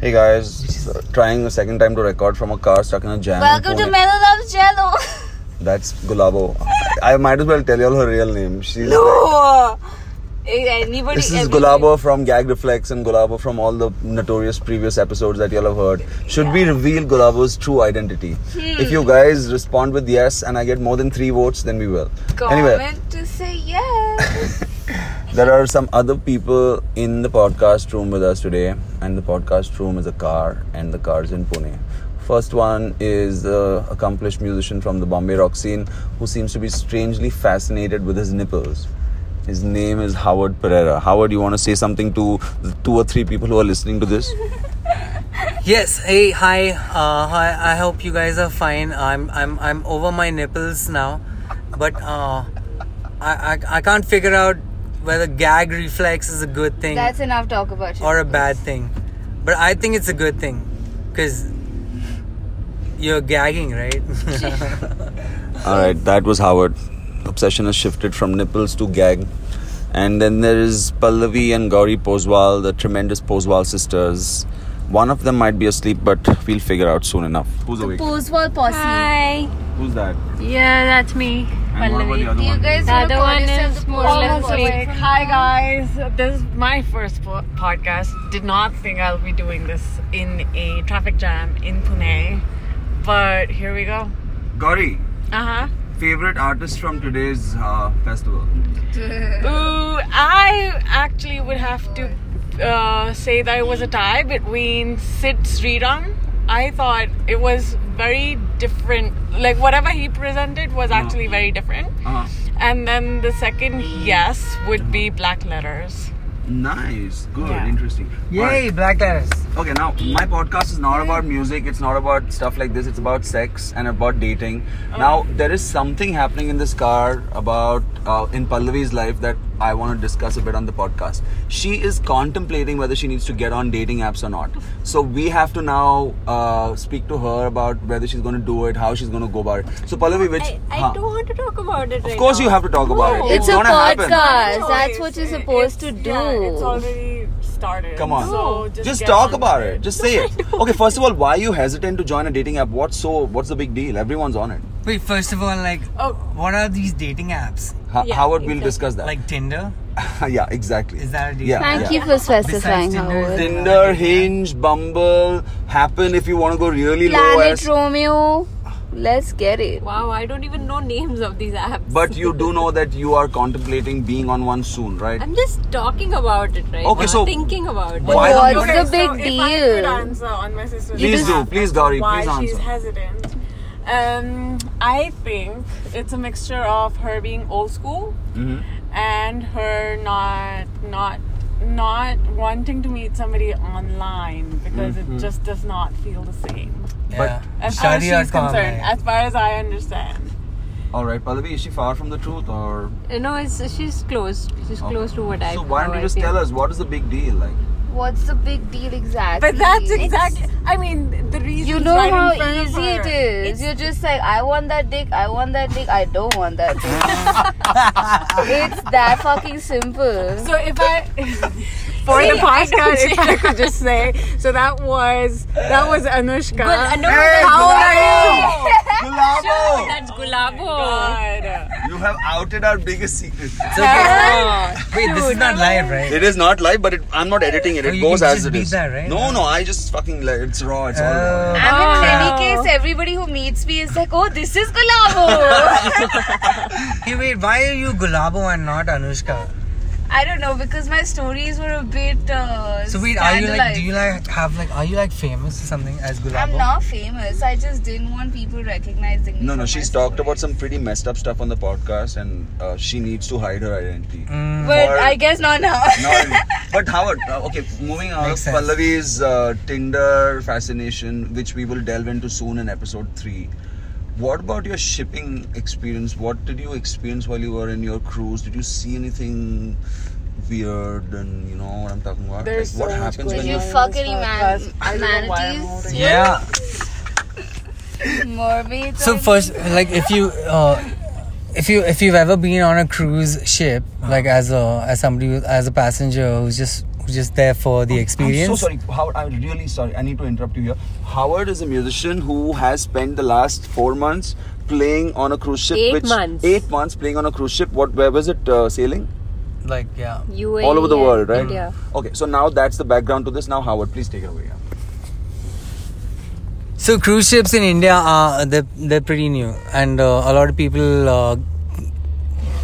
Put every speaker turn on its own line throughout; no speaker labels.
Hey guys, so trying a second time to record from a car stuck in a jam. in
Welcome to
Pune.
Metal Loves Jello.
That's Gulabo. I might as well tell you all her real name. She's
no. Anybody.
This is
everybody-
Gulabo from Gag Reflex and Gulabo from all the notorious previous episodes that y'all have heard. Should we reveal Gulabo's true identity?
Hmm.
If you guys respond with yes and I get more than three votes, then we will.
Comment
Anyway,
to say yes.
there are some other people in the podcast room with us today, and the podcast room is a car, and the car is in Pune. First one is the accomplished musician from the Bombay rock scene who seems to be strangely fascinated with his nipples. His name is Howard Pereira. Howard, you want to say something to the two or three people who are listening to this?
Yes. Hey. Hi. Uh, hi. I hope you guys are fine. I'm. I'm. I'm over my nipples now, but uh, I, I. I can't figure out whether gag reflex is a good thing
That's enough talk about it.
or a bad thing. But I think it's a good thing, cause you're gagging, right?
All right, that was Howard. Obsession has shifted from nipples to gag. And then there is Pallavi and Gauri Poswal, the tremendous Poswal sisters. One of them might be asleep, but we'll figure out soon enough. Who's awake?
Posewall posse.
Hi.
Who's that?
Yeah, that's me.
And what about the
Pallavi.
other
You
one?
guys
The
wanna
other
call
one
yourself
is
the
more or less
Postal
awake.
Boys?
Hi guys, this is my first po- podcast. Did not think I'll be doing this in a traffic jam in Pune, but here we go.
Gauri,
Uh huh.
favorite artist from today's uh, festival?
Ooh, I actually would have to uh, say that it was a tie between Sid Sridham. I thought it was very different. Like whatever he presented was actually very different.
Uh,
And then the second yes would be black letters.
nice, good,
Yeah.
interesting.
Yay! Black letters.
Okay, now my podcast is not about music, it's not about stuff like this, it's about sex and about dating. Now, there is something happening in this car about uh, in Pallavi's life that I want to discuss a bit on the podcast. She is contemplating whether she needs to get on dating apps or not. So, we have to now uh, speak to her about whether she's going to do it, how she's going to go about it. So, Pallavi, which.
I, I
huh.
don't want to talk about it
Of course, you have to talk about it.
It's a
gonna
podcast.
happen.
Uh, That's what you're supposed to do.
Yeah, it's already started.
Come on.
So just,
just
get
talk
on
about it. Just say it. Okay, first of all, why are you hesitant to join a dating app? What's so? What's the big deal? Everyone's on it.
Wait. First of all, like,
Oh.
what are these dating apps?
How
Yeah,
Howard, we'll
exactly.
discuss that.
Like Tinder?
yeah, exactly.
Is that a dating?
Yeah.
app?
Thank you for specifying,
Besides Tinder,
Howard.
then-
Tinder, Hinge, Bumble, Happen. If you want to go really low,
Planet
as,
Romeo. Let's get it.
Wow, I don't even know names of these apps.
but you do know that you are contemplating being on one soon, right?
I'm just talking about it, right?
Okay,
now,
so-
thinking about it.
Why
What's
not join?
the big
so If I could
deal?
answer on my sister's
Please
behalf
do. Please,
as to
Gauri,
Why
please
she's
answer.
hesitant. Um, I think it's a mixture of her being old school
Mm-hmm.
and her not not not wanting to meet somebody online because
Mm-hmm.
it just does not feel the same.
Yeah.
As far as oh, she's
Shaadi.com,
concerned,
eh?
right?
as far as I understand.
All right, Pallavi, is she far from the truth or?
You know, it's, she's close. She's
Okay.
close to what I.
So why don't
how
you
I
just
feel.
tell us what is the big deal? Like,
What's the big deal exactly?
But that's
It's-
exactly. I mean, the reason.
You know how easy it is. You're just like, I want that dick, I want that dick, I don't want that dick. it's that fucking simple.
So if I for the podcast, if I could just say, so that was that was Anushka.
uh,
Well, Anu-
How are you?
Oh,
Gulabo,
that's Gulabo.
God.
you have outed our biggest secret.
It's okay. Wait, this is not live, right?
It is not live, but it, I'm not editing it.
Oh,
It
you
goes
can
as
just
it
beat
is.
that, right?
No, no, I just fucking like it's raw. It's all raw.
Oh.
I mean, in any
Oh.
case, everybody who meets me is like, oh, this is Gulabo.
Hey, wait, why are you Gulabo and not Anushka?
I don't know, because my stories were a bit. Uh,
So wait, are you like,
scandalized.
do you like have like, are you like famous or something as Gulabo?
I'm not famous. I just didn't want people recognizing me.
No, no,
for
she's
my
talked
story.
about some pretty messed up stuff on the podcast, and uh, she needs to hide her identity.
Mm,
But
Or-
I guess not now.
Not really. But Howard, uh, okay, moving on.
Makes sense.
Pallavi's uh, Tinder fascination, which we will delve into soon in episode three. What about your shipping experience? What did you experience while you were in your cruise? Did you see anything weird? And you know what I'm talking about?
There's
Like, what
so much
happens
going
when
Did
you
you fuck any man-
I don't know why
manatees?
I'm holding
yeah.
Mermaids.
So
are-
first, like, if you. Uh, if you
Uh-huh.
if you've ever been on a cruise ship, like as a as somebody who- as a passenger who's just who just there for the experience.
I'm so sorry, Howard. I'm really sorry. I need to interrupt you here. Howard is a musician who has spent the last four months playing on a cruise ship.
Eight
which,
months.
Eight months playing on a cruise ship. What? Where was it uh, sailing?
Like yeah.
UAE
All over the
and
world, right?
Oh,
India.
Okay. So now that's the background to this. Now, Howard, please take it away. Yeah.
So cruise ships in India are uh, they're, they're pretty new, and uh, a lot of people uh,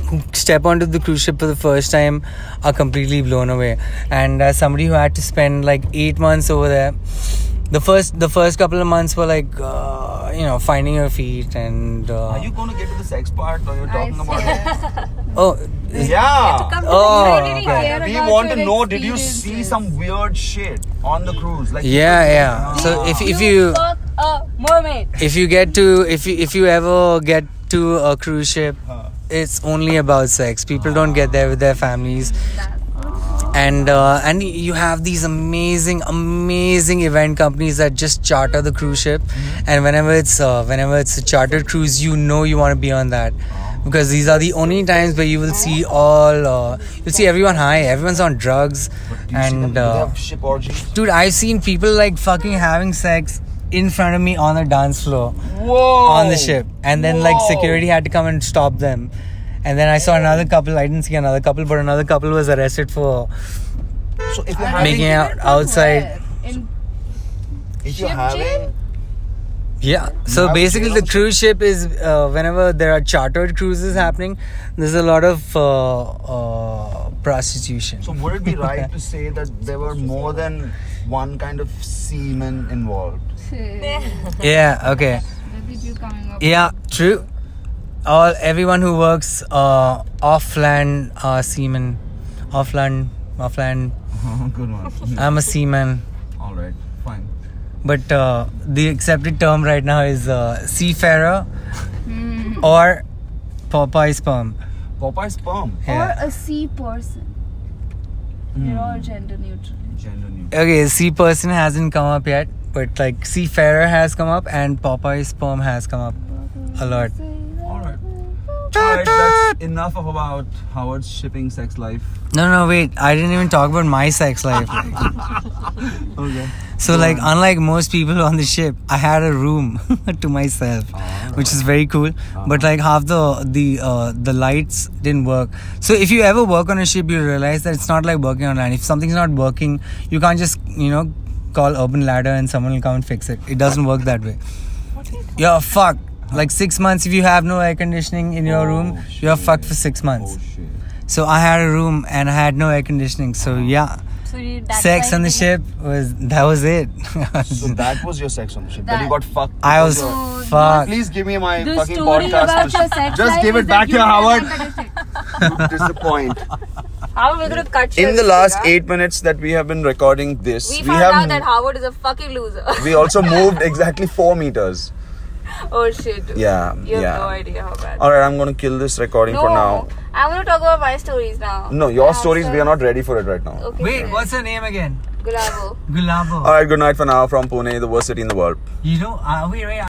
who step onto the cruise ship for the first time are completely blown away. And as somebody who had to spend like eight months over there, the first the first couple of months were like uh, you know finding your feet and uh,
Are you going to get to the sex part, or you're talking about?
oh
It? Yeah.
Come to
Oh,
the community
okay.
care
We
about
want to
your
know. Did you see
experiences.
some weird shit on the cruise? Like
yeah yeah. So if if you
Fuck a mermaid.
if you get to if you if you ever get to a cruise ship it's only about sex people don't get there with their families and uh, and you have these amazing amazing event companies that just charter the cruise ship
Mm-hmm.
and whenever it's uh, whenever it's a chartered cruise you know you want to be on that because these are the only times where you will see all uh, you'll see everyone high everyone's on drugs
Do you see them?
and
Do they
uh,
have ship orgies.
dude i've seen people like fucking having sex in front of me on the dance floor
Whoa.
on the ship and then like
Whoa.
security had to come and stop them and then i saw another couple i didn't see another couple but another couple was arrested for
So if you're
making
having,
out outside
In
if you're
Ship
having,
yeah so
have
basically
jail
the
on
cruise ship is uh, whenever there are chartered cruises happening there's a lot of uh, uh, prostitution
so would it be right to say that there were more than one kind of semen involved?
yeah okay yeah true all everyone who works uh, off land uh, seamen off land off land
Good one.
Hmm. i'm a seaman
All right, fine.
but uh, the accepted term right now is uh, seafarer or Popeye sperm.
Popeye's sperm.
Yeah.
Or a sea person.
Hmm.
You're all gender neutral.
Gender neutral.
Okay, sea person hasn't come up yet, but like seafarer has come up and Popeye sperm has come up a lot.
All right. All right, that's enough of about Howard's shipping sex life.
No, no, wait, I didn't even talk about my sex life.
Okay.
So, like, unlike most people on the ship, I had a room to myself, which is very cool. But like half the the uh, the lights didn't work. So if you ever work on a ship, you realize that it's not like working on land. If something's not working, you can't just you know call Urban Ladder and someone will come and fix it. It doesn't work that way. You're fucked. Like six months if you have no air conditioning in your room,
Oh,
you're
shit.
fucked for six months.
Oh shit.
So I had a room and I had no air conditioning. So yeah,
So you, that's
sex
why
on the
you
ship was that was it.
So that was your sex on the ship. That you
That-
got fucked.
I was
Your-
fucked.
Please give me my
The
fucking
story
podcast.
about
to-
your sex
Just
life
give
is
it
that
back
you
here,
never
Howard.
conducted.
Disappoint.
How are we going to cut
In
your
the last
finger?
eight minutes that we have been recording this,
We
we,
found out
have
that Howard is a fucking loser.
we also moved exactly four meters.
oh shit. dude.
Yeah,
You have
yeah.
no idea how bad.
All right, I'm gonna kill this recording
no,
for now.
I want to talk about my stories now.
No, your
I'm
stories we
sorry.
are not ready for it right now.
Okay.
Wait,
fine.
what's her name again?
Gulabo.
Gulabo.
All right, good night for now from Pune, the worst city in the world.
you know, uh, wait, wait.